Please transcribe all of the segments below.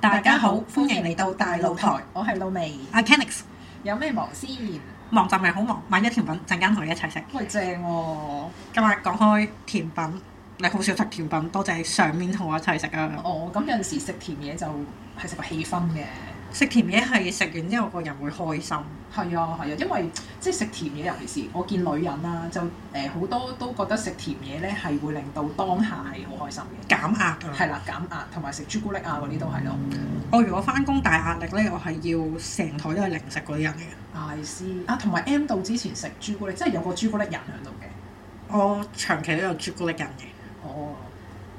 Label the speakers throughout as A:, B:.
A: 大家好，歡迎嚟到大露台。，
B: 我係露媚。
A: 阿 Kenix
B: 有咩忙先？
A: 忙就咪好忙，買咗甜品，陣間同你一齊食。
B: 喂，正喎、
A: 今日講開甜品，你好少食甜品，多謝你上面同我一齊食啊！
B: 哦，咁有陣時食甜嘢就係食個氣氛嘅。
A: 食甜嘢係食完之後個人會開心，
B: 係啊，係啊，因為即係食甜嘢，尤其是我見女人啦、就誒好、多都覺得食甜嘢咧係會令到當下係好開心嘅。
A: 減壓㗎。
B: 係啦，減壓同埋食朱古力啊嗰啲都係咯。
A: 我如果翻工大壓力咧，我係要成台都係零食嗰啲人嚟嘅。
B: I C 啊，同埋 M 到之前食朱古力，即係有個朱古力人喺度嘅。
A: 我長期都有朱古力人嘅，
B: 哦，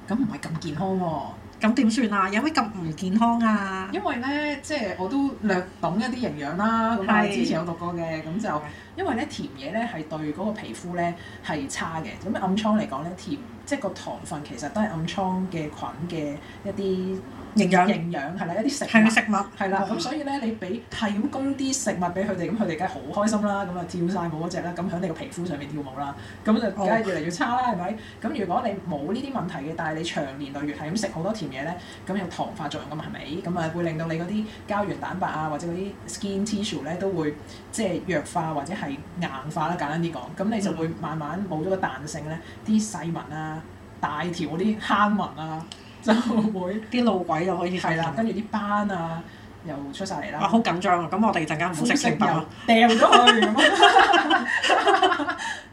B: 咁唔係咁健康喎、
A: 咁點算啊？有咩咁唔健康啊？
B: 因為咧，即係我都略懂一啲營養啦，咁啊
A: 係
B: 之前有讀過嘅，咁就因為咧甜嘢咧係對嗰個皮膚咧係差嘅，咁暗瘡嚟講咧甜，即係個糖分其實都係暗瘡嘅菌嘅一
A: 營
B: 啲
A: 養
B: 營養係啦，一啲食
A: 係
B: 物
A: 食物
B: 係啦，咁所以咧你俾係咁供啲食物俾佢哋，咁佢哋梗係好開心啦，咁啊跳晒舞嗰只啦，咁喺你個皮膚上面跳舞啦，咁就梗係越嚟越差啦，係咪？咁如果你冇呢啲問題嘅，但係你長年累月係咁食好多甜嘢咧，咁有糖化作用噶嘛，係咪？咁啊會令到你嗰啲膠原蛋白啊，或者嗰啲 skin tissue 咧都會即係弱化或者係硬化啦，簡單啲講，咁你就會慢慢冇咗個彈性咧，啲細紋啊、大條嗰啲坑紋啊，就會
A: 啲路軌就可以
B: 係啦，
A: 食
B: 跟住啲斑啊又出晒嚟啦。
A: 嗯啊，好緊張啊！咁我哋陣間唔好食
B: 膚色
A: 甜
B: 又
A: 品啦。啊
B: 掉咗佢咁 樣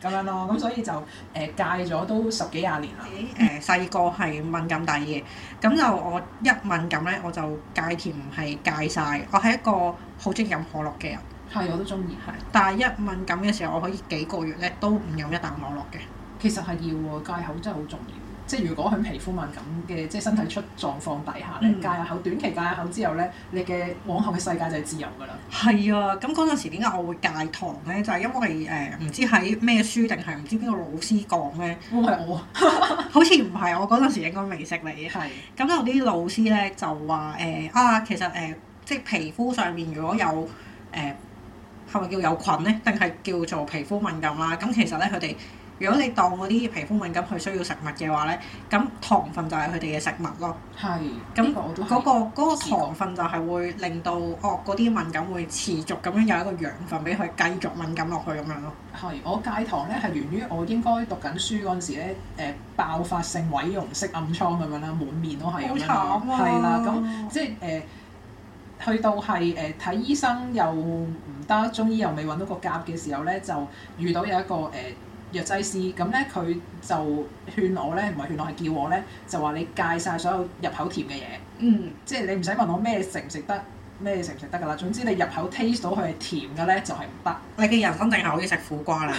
B: 咁樣咯，咁所以就誒、戒咗都十幾廿年啦。
A: 誒呃細個係敏感底嘅，咁就我一敏感咧，我就戒甜唔係戒晒。我係一個好中意飲可樂嘅人，
B: 係，我都中意。係，
A: 但係一敏感嘅時候，我可以幾個月咧都唔飲一啖可樂嘅。
B: 其實係要喎，戒口真係好重要。即係如果喺皮膚敏感嘅，即係身體出狀況底下咧，
A: 嗯
B: 戒下口，短期戒下口之後咧，你嘅往後嘅世界就係自由㗎啦。
A: 係啊，咁嗰陣時點解我會戒糖咧？就係、因為誒呃唔、知喺咩書定係唔知邊個老師講 咧，
B: 會唔會係我啊？
A: 好似唔係我嗰陣時應該未識你嘅。
B: 係，
A: 咁有啲老師咧就話誒、啊，其實誒、即係皮膚上面如果有誒係咪叫有菌咧，定係叫做皮膚敏感啦？咁其實咧佢哋呃如果你當嗰啲呃皮膚敏感佢需要食物嘅話咧，咁糖分就係佢哋嘅食物咯。
B: 係。
A: 咁
B: 呢個我都係
A: 嗰、個嗰個
B: 試過
A: 糖分就係會令到哦嗰啲敏感會持續咁樣有一個養分俾佢繼續敏感落去咁樣咯。
B: 係，我戒糖咧係源於我應該讀緊書嗰陣時咧，誒、爆發性毀容式暗瘡咁樣啦，滿面都係咁樣啦，
A: 好慘啊
B: 係啦、咁即係誒、去到係誒睇醫生又唔得，中醫又未揾到個夾嘅時候咧，就遇到有一個誒、藥劑師，咁咧佢就勸我咧，唔係勸我係叫我咧，就話你戒晒所有入口甜嘅嘢。
A: 嗯，
B: 即係你唔使問我咩食唔食得，咩食唔食得㗎啦。總之你入口 taste 到佢係甜嘅咧，就係唔得。
A: 你嘅人生淨係可以食苦瓜 啦，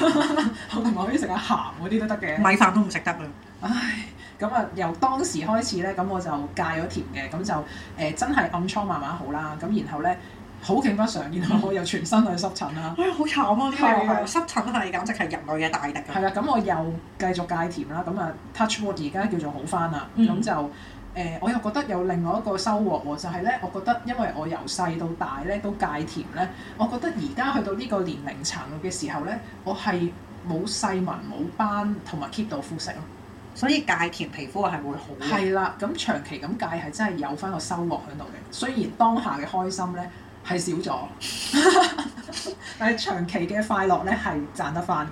B: 同埋可以食下鹹嗰啲都得嘅。
A: 米飯都唔食得啦。
B: 唉，咁啊，由當時開始咧，咁我就戒咗甜嘅，咁就誒、呃真係暗瘡慢慢好啦。咁然後咧，好景不常，然後我又全身去濕疹啦。
A: 哎呀，好慘啊！呢個
B: 係啊
A: 係濕疹係簡直係人類嘅大敵
B: 係
A: 啊！
B: 啦，咁我又繼續戒甜啦，咁啊 touch wood 而家叫做好翻啦，咁、
A: 嗯
B: 就誒、呃我又覺得有另外一個收穫喎，就係、咧，我覺得因為我由細到大咧都戒甜咧，我覺得而家去到呢個年齡層嘅時候咧，我係冇細紋冇斑同埋 keep 到膚色咯。
A: 所以戒甜皮膚係會好嘅。
B: 係啦，咁長期咁戒係真係有翻個收穫喺度嘅。雖然當下嘅開心咧係少咗， 但係長期嘅快樂咧係賺得翻嘅。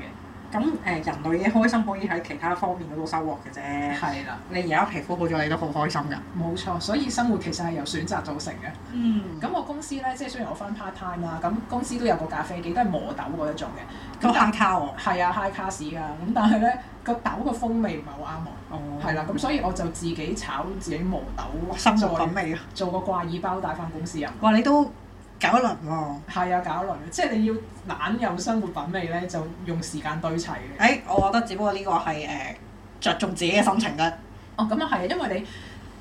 A: 咁誒、人類嘅開心可以喺其他方面嗰度收穫嘅啫。
B: 係啦，
A: 你而家皮膚好咗，你都好開心㗎。
B: 冇錯。所以生活其實係由選擇造成嘅。
A: 嗯咁
B: 咁我公司咧，即係雖然我翻 part time 啦，咁公司都有個咖啡機，都係磨豆嗰一種嘅。
A: 都
B: 咁但
A: high 卡喎。
B: 係啊，high class 㗎。咁但係咧個豆嘅風味唔係好啱我。
A: 哦
B: 係啦，咁所以我就自己炒自己磨豆，
A: 生活
B: 再
A: 品味啊！
B: 做個掛耳包帶翻公司飲。啊
A: 哇，你都搞一輪喎、
B: 係啊，搞耐嘅，即係你要懶有生活品味咧，就用時間堆砌嘅。
A: 誒，我覺得只不過呢個係誒、着重自己嘅心情啫。
B: 哦，咁啊係啊，因為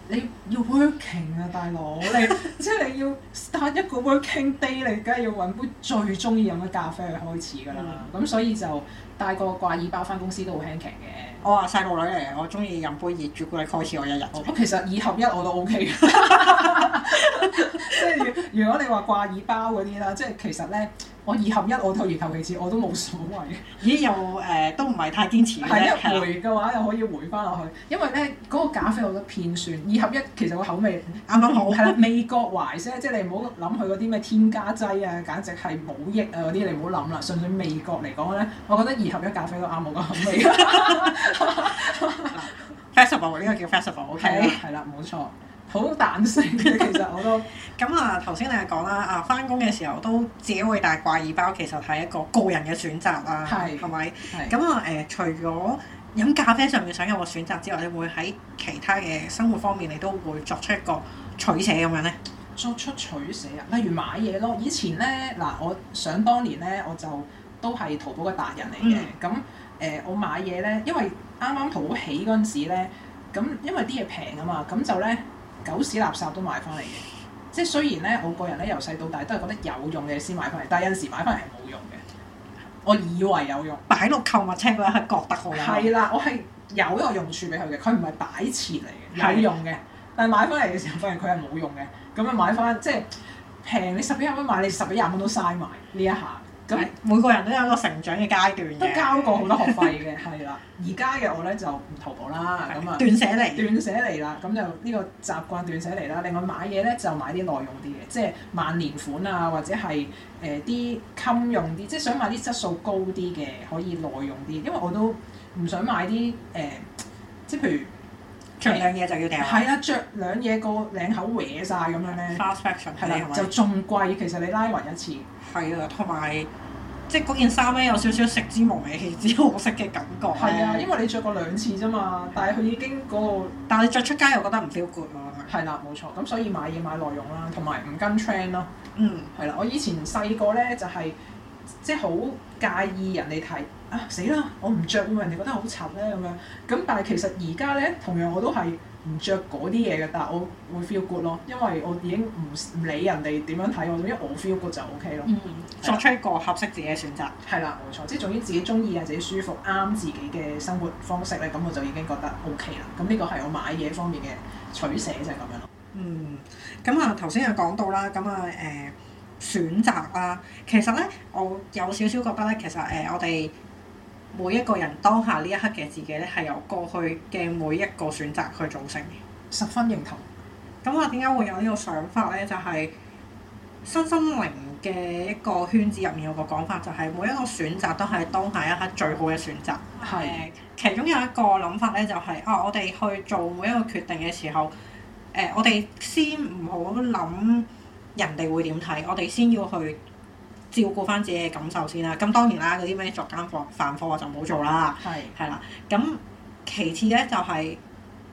B: 你你要 working 啊，大佬， 你即係你要 start 一個 working day，你梗係要揾杯最中意飲嘅咖啡去開始㗎啦。咁、所以就帶個掛耳包翻公司都好輕騎嘅。
A: 我話細路女嚟，我中意飲杯熱朱古力開始我一日。
B: 哦，咁其實二合一我都 OK 嘅即係如如果你話掛耳包嗰啲啦，即係其實咧，誒、我二合一我退而求其次我都冇所謂，
A: 咦又誒、都唔係太堅持嘅啫，係啊
B: 係一
A: 啦
B: 回嘅話又可以回翻落去，因為咧嗰、個咖啡我覺得偏酸，二合一其實個口味
A: 啱啱好
B: 係啦，味覺懷啫，即係你唔好諗佢嗰啲咩添加劑啊，簡直係冇益啊嗰啲，你唔好諗啦。純粹味覺嚟講咧，我覺得二合一咖啡都啱我個口味。
A: festival 呢個叫 festival，OK、
B: 係啦，係啦，冇錯，好彈性嘅其實我都
A: 咁啊，頭先你係講啦，啊翻工嘅時候都自己會帶掛耳包，其實係一個個人嘅選擇啦，
B: 係
A: 係咪？
B: 係
A: 咁啊誒，除咗飲咖啡上面想有個選擇之外，你會喺其他嘅生活方面，你都會作出一個取捨咁樣咧？
B: 作出取捨啊，例如買嘢咯。以前咧嗱，我想當年咧，我就都係淘寶嘅達人嚟嘅。咁誒、呃我買嘢咧，因為啱啱淘寶起嗰陣時咧，咁因為啲嘢平啊嘛，咁就咧狗屎垃圾都買翻嚟嘅。即係雖然咧，我個人咧由細到大都係覺得有用嘅嘢先買翻嚟，但係有陣時買翻嚟係冇用嘅。我以為有用，
A: 擺落購物車嗰一刻覺得好有
B: 係啦，我係有一個用處俾佢嘅，佢唔係擺設嚟嘅，
A: 係
B: 有用嘅。但係買翻嚟嘅時候發現佢係冇用嘅，咁啊買翻即係平你十幾廿蚊買，你十幾廿蚊都嘥埋呢一下，咁
A: 咁每個人都有一個成長嘅階段嘅
B: 都交過好多學費嘅，係啦。而家嘅我咧就唔淘寶啦，咁啊
A: 斷捨離，
B: 斷捨離啦，咁就呢個習慣斷捨離啦。另外買嘢咧就買啲耐用啲嘅，即係萬年款啊，或者係誒啲襟用啲，即係想買啲質素高啲嘅，可以耐用啲。因為我都唔想買啲誒、呃即係譬如
A: 盡量嘢就要掉啦。
B: 係啦，啊着兩嘢個領口歪晒咁樣咧，
A: fast fashion
B: 係
A: 係咪
B: 啦，？就仲貴。其實你拉勻一次，
A: 係啊，同埋即係嗰件衫咧有少少食之無味，棄之可惜嘅感覺咧。
B: 係啊，因為你着過兩次啫嘛，但係佢已經嗰、個。
A: 但係你着出街又覺得唔 feel good 喎。
B: 係啦，冇錯，咁所以買嘢買耐用啦，同埋唔跟 trend 咯。
A: 嗯，
B: 係啦，我以前細個咧就係、即係好介意人哋睇啊死啦，我唔着會唔會人哋覺得好柒咧咁樣。咁但係其實而家咧，同樣我都係唔着嗰啲嘢嘅，但係我會 feel good 咯，因為我已經唔唔理人哋點樣睇我，總之我 feel good 就 OK 咯。
A: 嗯，作出一個合適自己嘅選擇。
B: 係啦，冇錯，即係總之自己中意啊，自己舒服，啱自己嘅生活方式咧，咁我就已經覺得 OK 啦。咁呢個係我買嘢方面嘅取捨就係咁樣咯。
A: 嗯，咁啊頭先有講到啦，咁啊誒選擇啦，其實咧我有少少覺得咧，其實誒、呃我哋每一個人當下呢一刻嘅自己咧，係由過去嘅每一個選擇去組成嘅。
B: 十分認同，
A: 咁我點解會有呢個想法咧？就係、身心靈嘅一個圈子入面有個講法，就係、每一個選擇都係當下一刻最好嘅選擇。誒、
B: 係
A: 其中有一個諗法咧，就係、啊，我哋去做每一個決定嘅時候，誒、我哋先唔好諗人哋會點睇，我哋先要去照顧翻自己嘅感受先啦。咁當然啦，嗰啲咩作奸犯犯科我就唔好做啦。
B: 係
A: 係啦，咁其次咧就係、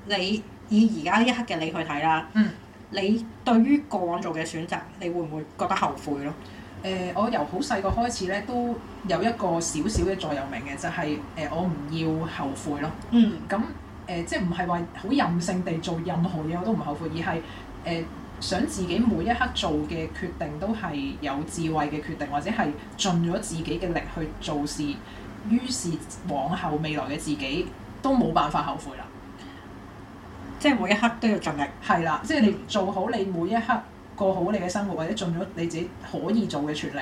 A: 你以而家呢一刻嘅你去睇啦，
B: 嗯
A: 你對於過往做嘅選擇，你會唔會覺得後悔咯？
B: 誒、呃我由好細個開始咧，都有一個少少嘅座右銘嘅，就係、誒、我唔要後悔咯。
A: 嗯，
B: 咁誒、呃即係唔係話好任性地做任何嘢我都唔後悔，而係誒、呃想自己每一刻做嘅決定都係有智慧嘅決定，或者係盡咗自己嘅力去做事，於是往後未來嘅自己都冇辦法後悔啦。
A: 即係每一刻都要盡力。
B: 係啦，即係你做好你每一刻過好你嘅生活，或者盡咗你自己可以做嘅全力，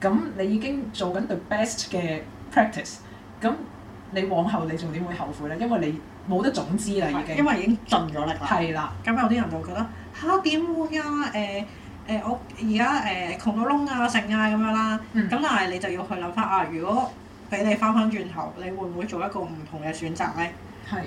B: 咁你已經做緊 the best 嘅 practice，咁你往後你仲點會後悔咧？因為你冇得總之啦，已
A: 因
B: 經
A: 為已經盡咗力啦。
B: 係啦，
A: 咁有啲人就會覺得吓點會啊？誒、誒、我而家誒窮到窿啊，剩啊咁樣啦。咁、
B: 嗯
A: 但係你就要去諗翻啊，如果俾你翻返轉頭，你會唔會做一個唔同嘅選擇咧？
B: 係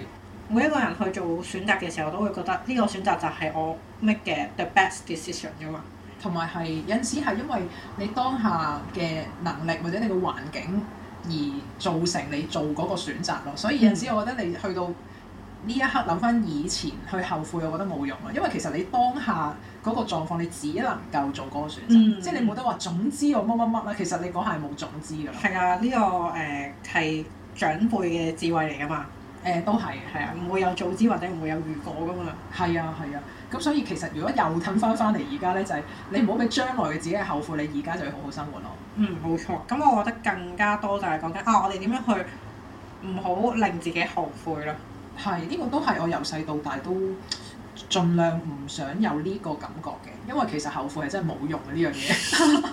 A: 每一個人去做選擇嘅時候，都會覺得呢個選擇就係我 make 嘅 the best decision 噶嘛。
B: 同埋係有陣時係因為你當下嘅能力或者你嘅環境而造成你做嗰個選擇咯，所以有陣時我覺得你去到呢一刻諗翻以前去後悔，我覺得冇用啊，因為其實你當下嗰個狀況，你只能夠做嗰個選擇，
A: 嗯
B: 即係你冇得話總之我乜乜乜啦，其實你嗰下係冇總之㗎啦。
A: 係啊，呢、個誒係、長輩嘅智慧嚟噶嘛，
B: 誒、都係嘅，
A: 係啊，唔會有早知或者唔會有預果噶嘛。
B: 係啊，係啊。咁所以其實如果又褪翻翻嚟而家咧，就係、你唔好俾將來嘅自己後悔，你而家就要好好生活咯。
A: 嗯，冇錯。咁我覺得更加多就係講緊啊，我哋點樣去唔好令自己後悔咯。
B: 係，呢、個都係我由細到大都盡量唔想有呢個感覺嘅，因為其實後悔係真係冇用嘅呢樣嘢。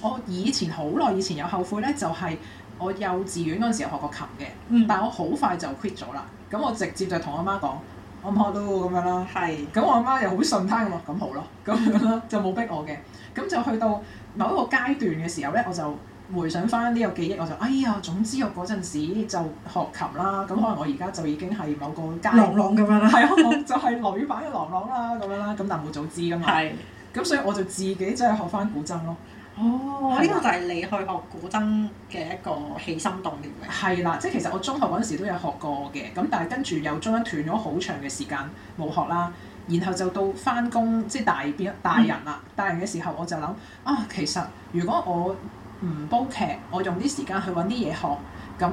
B: 我以前好耐以前有後悔咧，就係、我幼稚園嗰陣時有學過琴嘅，
A: 嗯，
B: 但我好快就 quit 咗啦。咁我直接就同我媽講，我唔學咯咁樣啦。
A: 係，
B: 咁我阿媽又好順攤咁話，咁好咯，咁樣啦，就冇逼我嘅。咁就去到某一個階段嘅時候咧，我就回想翻呢個記憶，我就哎呀，總之我嗰陣時就學琴啦，咁可能我而家就已經係某個階
A: 朗朗咁樣啦，
B: 係啊，我就係女版嘅郎朗啦，咁樣啦，咁但冇早知噶嘛，
A: 係。
B: 咁所以我就自己真係學翻古箏咯，
A: 哦，
B: 係
A: 呢
B: 啦
A: 個就係你去學古箏嘅一個起心動念嚟。
B: 係啦，即係其實我中學嗰陣時都有學過嘅，咁但係跟住又中間斷咗好長嘅時間冇學啦，然後就到翻工即係大變大人啦，大人嘅時候我就諗啊，其實如果我唔煲劇，我用啲時間去揾啲嘢學，咁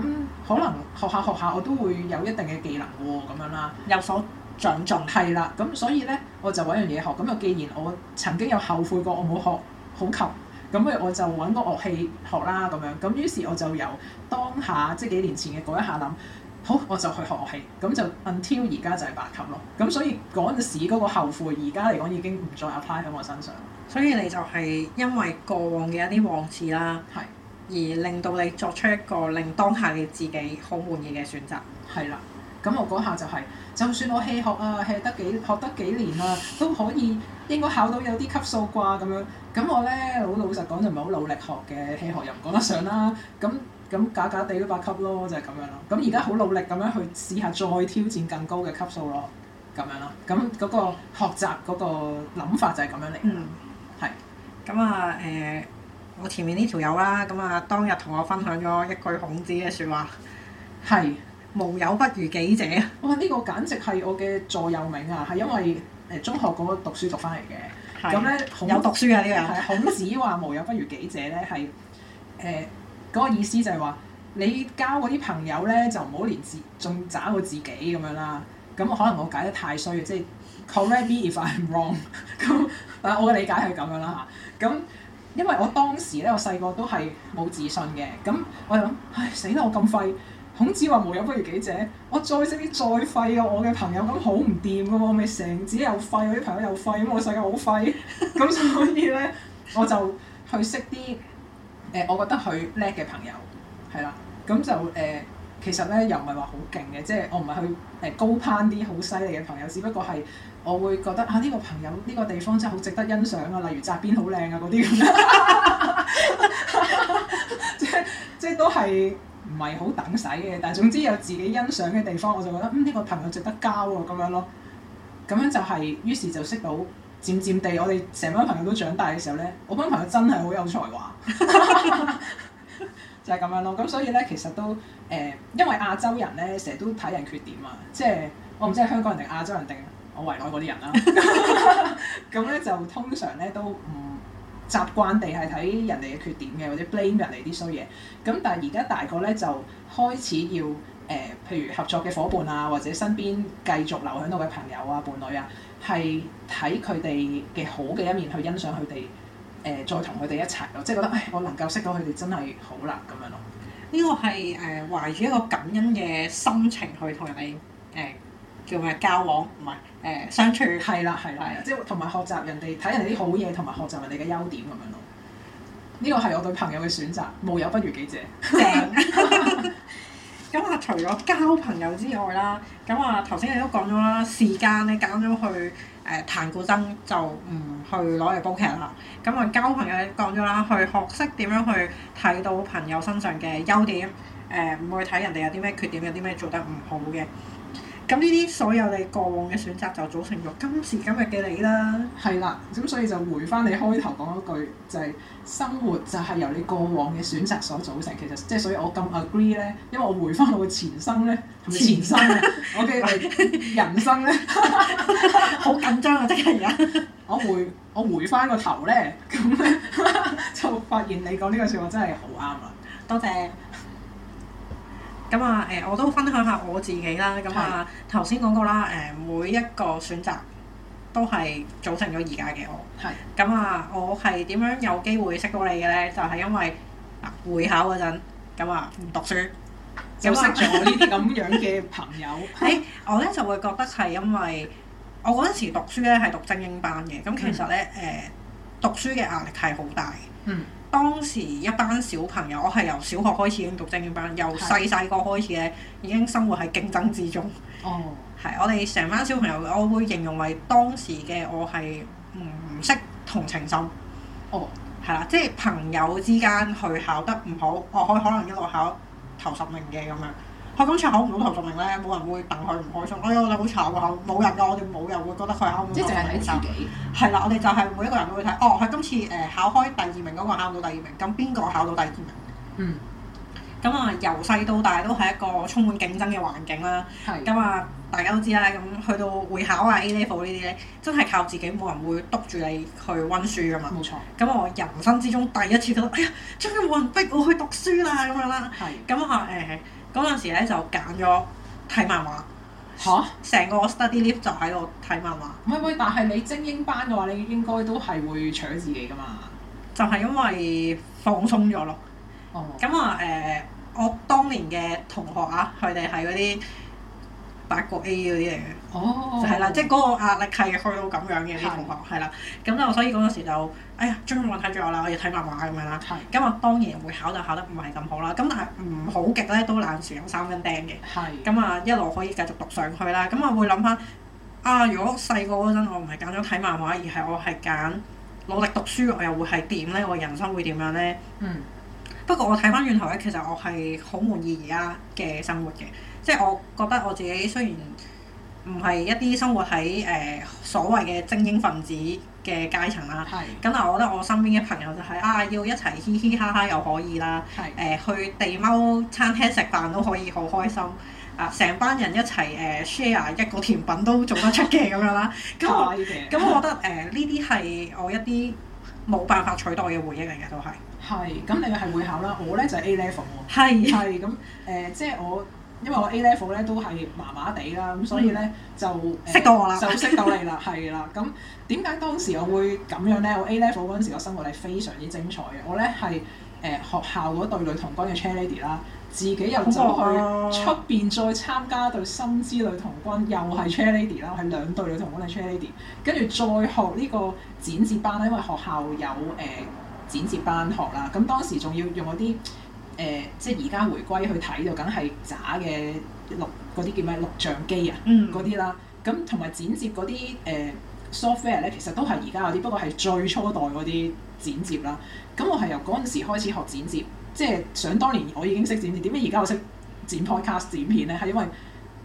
B: 可能學下學下我都會有一定嘅技能喎，咁樣啦。
A: 有所長進。
B: 係啦，咁所以咧我就揾樣嘢學。咁又既然我曾經有後悔過我冇學好琴，咁我就揾個樂器學啦咁樣。咁於是我就由當下即係幾年前嘅嗰一下諗，好我就去學樂器。咁就 until 而家就係八級咯。咁所以嗰陣時嗰個後悔，而家嚟講已經唔再 apply 喺我身上。
A: 所以你就係因為過往嘅一啲往事啦，
B: 係
A: 而令到你作出一個令當下嘅自己好滿意嘅選擇。
B: 係啦。咁我嗰下就係、就算我棄學啊，棄得幾學得幾年啊，都可以應該考到有啲級數啩咁樣。咁我咧好老實講就唔係好努力學嘅，棄學又唔講得上啦。咁咁假假地都八級咯，就係、咁樣咯。咁而家好努力咁樣去試下再挑戰更高嘅級數咯，咁樣咯。咁嗰個學習嗰個諗法就係咁樣嚟。
A: 嗯，
B: 係。
A: 咁啊，誒、我前面呢條友啦，咁啊，當日同我分享咗一句孔子嘅説話：
B: 係、
A: 無友不如己者。
B: 哇！呢、個簡直係我嘅座右銘啊，係因為誒、中學嗰個讀書讀翻嚟嘅。咁
A: 係。
B: 咧孔
A: 有讀書嘅呢
B: 係孔子話無友不如己者咧，係誒嗰個意思就係話你交嗰啲朋友咧，就唔好連自仲渣過自己咁樣啦。咁可能我解得太衰，即係 correct me if I'm wrong 。 咁但係我嘅理解係咁樣啦嚇。咁因為我當時咧，我細個都係冇自信嘅，咁我就諗，唉死啦！我咁廢。孔子話無友不如己者，我再識啲再廢嘅我嘅朋友，咁好唔掂嘅喎，我咪成自己又廢，我啲朋友又廢，咁我世界好廢， 咁所以咧我就去識啲誒、我覺得佢叻嘅朋友，係啦，咁就誒、其實咧又唔係話好勁嘅，即係我唔係去誒、高攀啲好犀利嘅朋友，只不過係我會覺得啊呢、個朋友呢、個地方真係好值得欣賞啊，例如紮邊好靚啊嗰啲咁樣，即係即係都係。唔係好等使嘅，但係總之有自己欣賞嘅地方，我就覺得嗯呢、個朋友值得交喎咁樣咯。咁樣就係、於是就識到漸漸地，我哋成班朋友都長大嘅時候咧，我班朋友真係好有才華， 就係咁樣咯。咁所以咧，其實都誒、呃因為亞洲人咧，成日都睇人缺點啊，即係我唔知係香港人定亞洲人定我圍內嗰啲人啦。咁咧就通常咧都唔習慣地係睇人哋嘅缺點嘅，或者 blame 人哋啲衰嘢。咁但係而家大個咧就開始要誒、呃譬如合作嘅伙伴啊，或者身邊繼續留喺度嘅朋友啊、伴侶啊，係睇佢哋嘅好嘅一面去欣賞佢哋。誒、再同佢哋一齊咯，即係覺得，唉，我能夠識到佢哋真係好啦，咁樣咯。
A: 呢個係誒、懷住一個感恩嘅心情去同人哋誒、叫咩交往，唔係誒相處。
B: 係啦，係啦，係啦，即係同埋學習人哋睇人哋啲好嘢，同埋學習人哋嘅優點咁樣咯。呢個係我對朋友嘅選擇，無友不如己者。
A: 正。 咁啊，除咗交朋友之外啦，咁啊頭先你都講咗啦，時間你揀咗去誒、呃、彈古箏就唔去攞嚟煲劇啦。咁啊，交朋友你講咗啦，去學識點樣去睇到朋友身上嘅優點，誒、呃唔會睇人哋有啲咩缺點，有啲咩做得唔好嘅。咁呢啲所有你過往嘅選擇就組成咗今時今日嘅你啦。
B: 係啦，咁所以就回翻你開頭講嗰句，就係、生活就係由你過往嘅選擇所組成。其實即係所以我咁 agree 咧，因為我回翻我嘅前生咧，係咪前生啊？我嘅呃人生咧，
A: 好緊張啊！即係而家
B: 我回我回翻個頭咧，咁咧 就發現你講呢句説話真係好啱啦。
A: 多謝。咁啊，誒、我都分享下我自己啦。咁啊，頭先講過啦，誒、每一個選擇都係組成咗而家嘅我。
B: 係
A: 咁啊，我係點樣有機會識到你嘅咧？就係、因為嗱會考嗰陣，咁啊唔讀書，
B: 就
A: 咁
B: 識
A: 啊哎
B: 咗呢啲咁樣嘅朋 友。
A: 誒，我咧就會覺得係因為我嗰陣時讀書咧係讀精英班嘅，咁其實咧誒、讀書嘅壓力係好大嘅。
B: 嗯
A: 當時一班小朋友，我係由小學開始已經讀精英班，由細細個開始咧已經生活喺競爭之中。
B: 哦，
A: 係，我哋成班小朋友，我會形容為當時嘅我係唔識同情心。
B: 哦，
A: 係啦，即係朋友之間佢考得唔好，我可可能一路考頭十名嘅咁樣。佢今次考唔到頭十名咧，冇人會戥佢唔開心。哎呀，我哋好慘啊！冇人㗎，我哋冇人會覺得佢考唔到
B: 即係淨係睇
A: 頭十名。
B: 自己。
A: 係啦，我哋就係每一個人都會睇，哦，佢今次誒、呃考開第二名嗰個考唔到第二名，咁邊個考到第二名？
B: 嗯，
A: 咁啊，由細到大都係一個充滿競爭嘅環境啦。
B: 係。
A: 咁啊，大家都知啦。咁去到會考啊、A level 呢啲咧，真係靠自己，冇人會督住你去温書噶嘛。
B: 冇錯，
A: 咁我人生之中第一次覺得，哎呀，終於冇人逼我去讀書啦咁樣啦。
B: 係。
A: 咁我誒嗰陣時咧就揀咗睇漫畫，
B: 吓？
A: 成個 study leave 就喺度睇漫畫，
B: 唔係唔係，但係你精英班嘅話，你應該都係會搶自己噶嘛。
A: 就係、因為放鬆咗咯。
B: 哦，
A: 咁啊誒，我當年嘅同學啊，佢哋係嗰啲八個 A 嗰啲嚟嘅。
B: 哦，
A: 就係啦，即係嗰個壓力係去到咁樣嘅啲同學係啦，咁就所以嗰陣時就，哎呀，終於冇人睇住我啦，我要睇漫畫咁樣啦。
B: 係
A: 咁啊，當然會考就考得唔係咁好啦，咁但係唔好極咧都爛船有三分釘嘅，
B: 係
A: 咁啊一路可以繼續讀上去啦。咁啊會諗翻啊，如果細個嗰陣我唔係揀咗睇漫畫，而係我係揀努力讀書，我又會係點咧？我人生會點樣咧？
B: 嗯
A: 不過我睇翻轉頭咧，其實我係好滿意而家嘅生活嘅，即係我覺得我自己雖然唔係一啲生活喺誒、呃所謂嘅精英分子嘅階層啦，
B: 係
A: 咁但係我覺得我身邊嘅朋友就係、啊，要一齊嘻嘻哈哈又可以啦，
B: 係
A: 誒、去地踎餐廳食飯都可以好開心。啊！成班人一齊誒、呃 share 一個甜品都做得出嘅咁樣啦，咁我
B: 乖嘅，
A: 咁我覺得誒呢啲係我一啲冇辦法取代嘅回憶嚟嘅都係，
B: 係咁你係會考啦，我咧就係 A level 喎。
A: 係
B: 係咁誒，即係我因為我 A level 咧都係麻麻地啦，咁所以咧就誒
A: 嗯識到我啦
B: 就識到你啦，係啦。咁點解當時我會咁樣咧？我 A level 嗰陣時個生活係非常之精彩嘅，我咧係誒學校嗰隊女童軍嘅 chair lady 啦，自己又走
A: 哇
B: 去出邊再參加隊深資女童軍，又係 chair lady 啦，係兩隊女童軍嘅 chair lady，跟住再學呢個剪接班啦，因為學校有誒。呃剪接班學啦，咁當時仲要用嗰啲誒，即係而家回歸去睇就梗係渣嘅錄嗰啲叫咩錄像機啊
A: 嗯
B: 嗰啲啦，咁同埋剪接嗰啲誒 software 咧，其實都係而家嗰啲，不過係最初代嗰啲剪接啦。咁我係由嗰陣時開始學剪接，即係想當年我已經識剪接，點解而家我識剪 podcast 剪片咧？係因為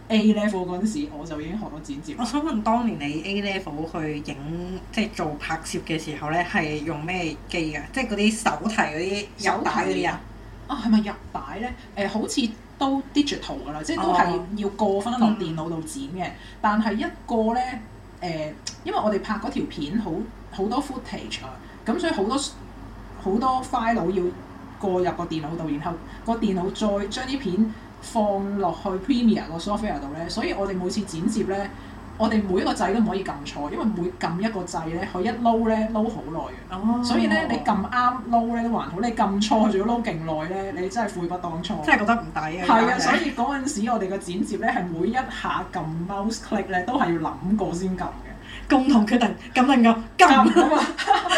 B: A level 嗰陣時我就已經學咗剪接啦
A: 我想問，當年你 A level 去影即係做拍攝嘅時候咧，係用咩機㗎？即係嗰啲手提嗰啲有帶嗰啲啊？
B: 啊，係咪入帶咧？誒、好似都 digital 噶啦，即係都係
A: 哦
B: 要過翻落電腦度剪嘅。但係一個咧，誒、因為我哋拍嗰條片好好多 footage 啊，咁所以好多好多 file 要過入個電腦度，然後個電腦再將啲片放落去 Premiere 個 software 度咧。所以我哋每次剪接咧，我哋每一個掣都唔可以撳錯，因為每撳一個掣咧，佢一撈咧撈好耐嘅。
A: 哦
B: 所以咧，你撳啱撈咧都還好，你撳錯仲要撈勁耐咧，你真係悔不當初。
A: 真係覺得唔抵啊！
B: 係
A: 而
B: 啊，
A: 家
B: 所以嗰陣時我哋嘅剪接咧係每一下撳 mouse click 咧都係要諗過先撳嘅。
A: 共同決定咁定咁
B: 撳
A: 咁
B: 咁啊！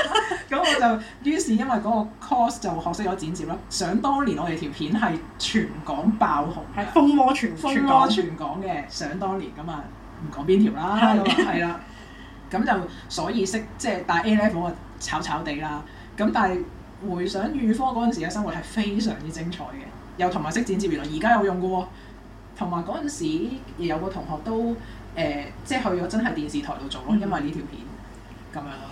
B: 咁我就於是因為嗰個 course 就學識咗剪接啦。想當年我哋條片係全港爆紅嘅
A: 係風魔全
B: 風
A: 全
B: 魔
A: 港
B: 全港嘅，想當年咁啊，唔講邊條啦，
A: 係
B: 咁啊係啦，咁就所以識即係但 A level 啊炒炒地啦，咁但係回想預科嗰陣時嘅生活係非常之精彩嘅，又同埋識剪接，原來而家有用嘅喎，同埋嗰陣時有個同學都誒、呃即係去咗真係電視台度做咯，
A: 嗯
B: 因為呢條片咁樣咯，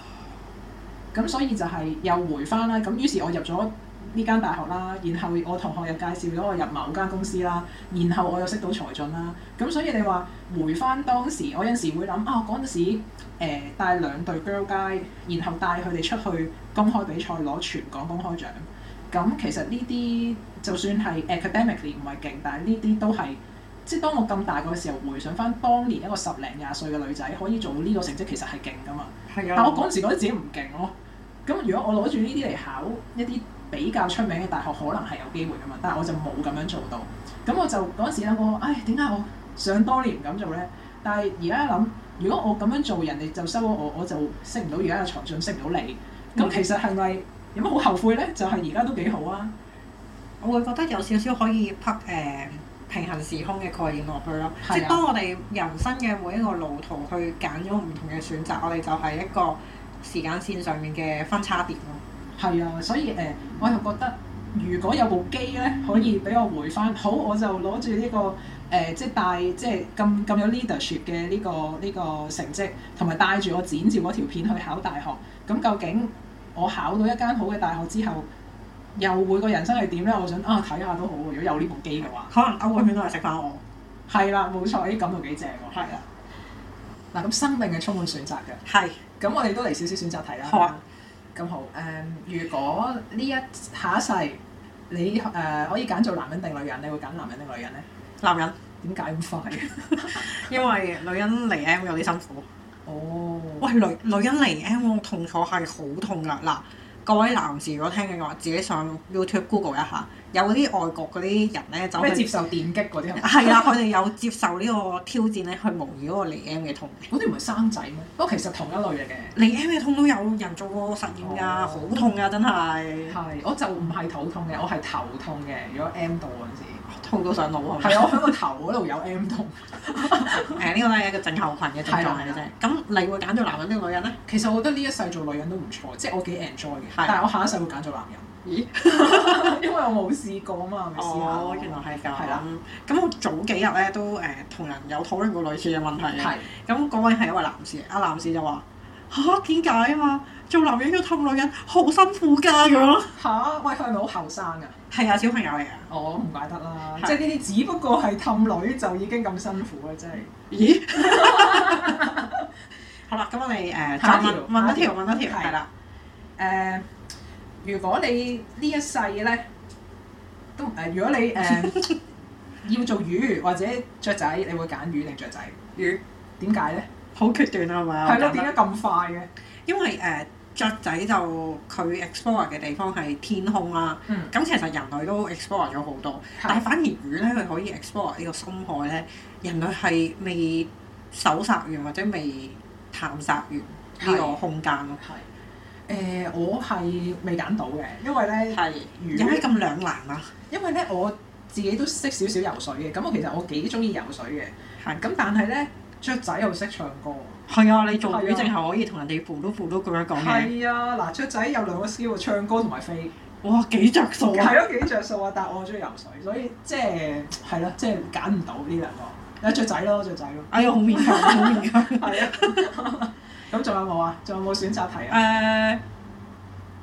B: 咁所以就係又回翻啦，咁於是我入咗。呢間大學啦，然後我同學又介紹咗我入某間公司啦，然後我又識到財進啦，咁所以你話回翻當時，我有陣時會諗啊，嗰陣時誒、呃、帶兩隊 girl guide，然後帶佢哋出去公開比賽攞全港公開獎，咁其實呢啲就算係 academically 唔係勁，但係呢啲都係即係當我咁大個嘅時候回想翻當年一個十零廿歲嘅女仔可以做到呢個成績，其實係勁噶嘛。
A: 係啊！啊
B: 但我嗰陣時覺得自己唔勁咯。咁如果我攞住呢啲嚟考一啲比較出名嘅大學，可能係有機會噶嘛。但係我就冇咁樣做到。咁我就嗰陣時諗過，唉，點解我想當年唔咁做咧？但係而家諗，如果我咁樣做，人哋就收咗我，我就識唔到而家嘅財進，識唔到你。咁
A: 嗯
B: 其實係咪有乜好後悔咧？就係而家都幾好啊！
A: 我會覺得有少少可以拍誒、呃平行時空嘅概念落去咯，
B: 係啊
A: 即係當我哋人生嘅每一個路途去揀咗唔同嘅選擇，我哋就係一個時間線上面嘅分叉點咯。
B: 係啊，所以誒、呃我又覺得如果有部機咧，可以俾我回翻，好我就攞住呢個誒、呃即係帶即係咁咁有 leadership 嘅呢、個呢、個成績，同埋帶住我剪照嗰條片去考大學。咁究竟我考到一間好嘅大學之後，又會個人生係點咧？我想啊睇下都好喎，如果有呢部機嘅話。
A: 可能歐永圈都係食翻我，
B: 係啦，冇錯，咦咁就幾正喎。係啦。嗱，咁生命係充滿選擇嘅。
A: 係
B: 咁我哋都嚟少少選擇題啦。
A: 好啊
B: 咁好誒、如果呢一下一世你誒、可以揀做男人定女人，你會揀男人定女人咧？
A: 男人，
B: 點解咁快？
A: 因為女人嚟 M 有啲辛苦。
B: 哦，
A: 喂，女女人嚟 M 個痛楚係好痛㗎嗱。各位男士如果聽緊嘅話，自己上 YouTube Google 一下，有嗰啲外國嗰啲人咧走
B: 咩接
A: 去
B: 受電擊嗰啲係咪？
A: 係啊，佢哋有接受呢個挑戰咧，去模擬嗰個嚟 M 嘅痛。
B: 嗰啲唔係生仔咩？不過其實同一類嚟嘅。
A: 嚟 M 嘅痛都有人做過實驗㗎，
B: 哦
A: 好、痛㗎，真係
B: 係，我就唔係肚痛嘅，我係頭痛嘅。如果 M 度嗰
A: 痛到上腦啊！
B: 陣時，係我喺個頭嗰度有 M 痛。
A: 誒呢個都係一個症候群嘅症狀嚟嘅啫。咁你會揀做男人定女人咧？
B: 其實我覺得呢一世做女人都唔錯，即係我幾 enjoy 嘅。
A: 係
B: 但係我下一世會揀做男人，
A: 咦？
B: 因為我冇試過啊嘛，咪試下咯。
A: 哦，原來係咁。
B: 係啦，
A: 咁我早幾日咧都誒同、人有討論過類似嘅問題嘅。
B: 係。
A: 咁嗰位係一位男士，阿男士就話：吓，點解啊嘛？做男人要氹女人好辛苦㗎咁樣。
B: 吓？喂，佢係咪好後生啊？
A: 係啊，小朋友嚟啊。
B: 我唔怪得啦，
A: 係
B: 即係呢啲只不過係氹女就已經咁辛苦啦，真係。
A: 咦？好啦，咁我哋誒、
B: 下
A: 再
B: 一條
A: 問問一條
B: 下一條
A: 問一條
B: 係
A: 係啦。
B: 誒、如果你呢一世咧，都誒、如果你誒、 要做魚或者雀仔，你會揀魚定雀仔？
A: 魚
B: 點解咧？
A: 好決斷啊係咪啊？
B: 係咯，
A: 我覺
B: 點
A: 得
B: 解咁快嘅？
A: 因為誒、呃、雀仔就佢 explore 嘅地方係天空啦、
B: 嗯，
A: 咁其實人類都 explore 咗好多，但係
B: 係
A: 反而魚咧，佢可以 explore 呢個深海咧，人類係未搜殺完或者未探索完呢個
B: 係
A: 空間咯。
B: 係。誒、我係未揀到嘅，因為咧。
A: 係
B: 魚
A: 有咩咁兩難啊？
B: 因為咧我自己都識少少游水嘅，咁我其實我幾中意游水嘅。
A: 係
B: 咁但係咧，雀仔又識唱歌。
A: 係啊，你做魚
B: 係啊
A: 淨係可以同人哋咕嚕咕嚕咁樣講嘢，
B: 係啊，嗱，雀仔有兩個 skill，唱歌同埋飛。
A: 哇幾着數啊！
B: 係咯，幾着數啊！但係我中意游水，所以即係係咯，即係揀唔到呢兩個。啊有雀仔咯，雀仔咯。
A: 哎呀，好勉強，好勉強。
B: 係啊。 咁仲有冇啊？仲有冇選擇題啊？
A: 誒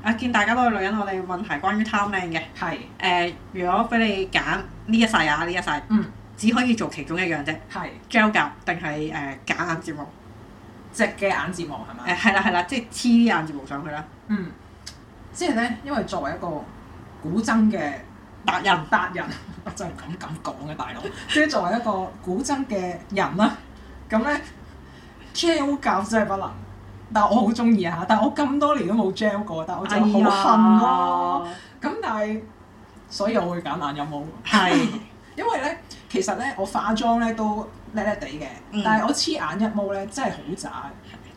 A: 啊！見大家都係女人，我哋問題關於貪靚嘅。
B: 係，
A: 誒、如果俾你揀呢一世啊，呢一世
B: 嗯，
A: 只可以做其中一樣啫
B: 係
A: ，gel 甲定係誒假眼睫毛？
B: 直嘅眼睫毛係嘛？
A: 誒係啦係啦，即係黐啲眼睫毛上去啦。
B: 嗯，即係咧，因為作為一個古箏嘅。
A: 達人
B: 達人，我 真係咁咁講嘅大佬，即係作為一個古箏嘅人啦，咁咧 gel 教真係不能。但係我好中意啊！但係我咁多年都冇 gel 過，但係我就好恨咯、咁、但係，所以我會揀眼有毛，
A: 哎 呀！係
B: 因為咧，其實咧，我化妝咧都叻叻地嘅，
A: 嗯
B: 但係我黐眼一毛咧真係好渣，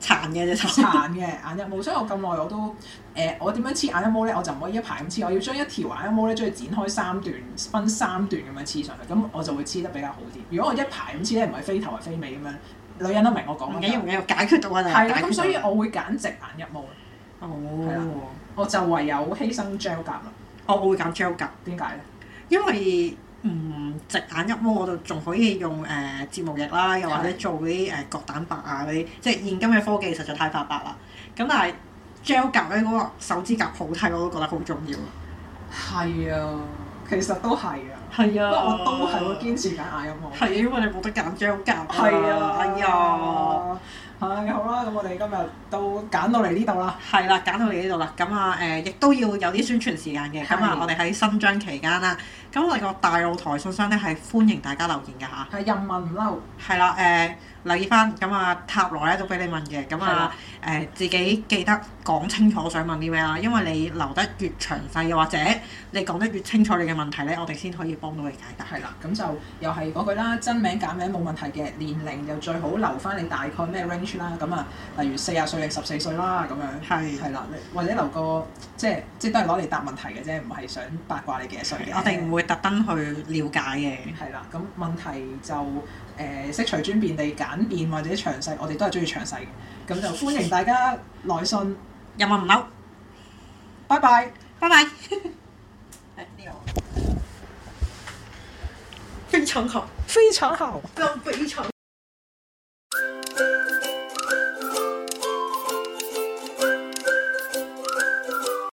A: 殘 嘅隻手。
B: 殘嘅眼一毛，所以我咁耐我都誒、呃我點樣黐眼一毛咧？我就唔可以一排咁黐，我要將一條眼一毛咧，將佢剪開三段，分三段咁樣黐上去，咁我就會黐得比較好啲。如果我一排咁黐咧，唔係飛頭係飛尾咁樣，女人都明我講
A: 唔
B: 乜
A: 緊要
B: 嘢
A: 唔。緊要，解決到啊！
B: 係啦，
A: 解決到
B: 咁所以我會揀直眼一毛，係啦
A: 哦，
B: 我就唯有犧牲 gel 夾啦。
A: 我會揀 gel 甲，
B: 點解咧？
A: 因為唔直眼一摸我就仲可以用誒、睫毛液啦，又或者
B: 係
A: 做嗰啲誒角蛋白啊嗰啲，即係現今嘅科技實在太發達啦。咁但係 gel 甲咧嗰個手指甲好睇，我都覺得好重要。
B: 係啊，其實都係啊，
A: 係
B: 不
A: 啊
B: 過我都係會堅持揀眼一毛。
A: 係啊，因為你冇得揀 gel 甲。
B: 係啊，
A: 哎呀！，
B: 係好啦，咁我哋今日都揀到嚟呢度啦。
A: 係啦，揀到嚟呢度啦，咁啊誒，亦都要有啲宣傳時間嘅，咁啊
B: 係，
A: 我哋喺新章期間啦，咁我哋個大露台信箱咧係歡迎大家留言嘅嚇，
B: 係人民唔嬲，
A: 係啦誒，留意翻，咁啊塔羅咧都俾你問嘅，咁
B: 係
A: 啊
B: 啦
A: 誒自己記得講清楚想問啲咩啦，啊因為你留得越詳細，又或者你講得越清楚你嘅問題咧，我哋先可以幫到你解答。
B: 係啦，咁就又係嗰句啦，真名假名冇問題嘅，年齡又最好留翻你大概咩 range range 啦，咁啊，例如四十歲定十四歲啦，咁樣
A: 係
B: 係啦，你或者留個即係即係都係攞嚟答問題嘅啫，唔係想八卦你幾多歲嘅。
A: 我哋唔會特登去了解嘅，
B: 係啦，咁問題就誒、識隨轉便地簡便或者詳細，我哋都係中意詳細嘅，咁就歡迎大家來信，
A: 有冇唔嬲？
B: 拜拜。
A: 拜拜。哎那个非常好，
B: 非常好。
A: 非常非常。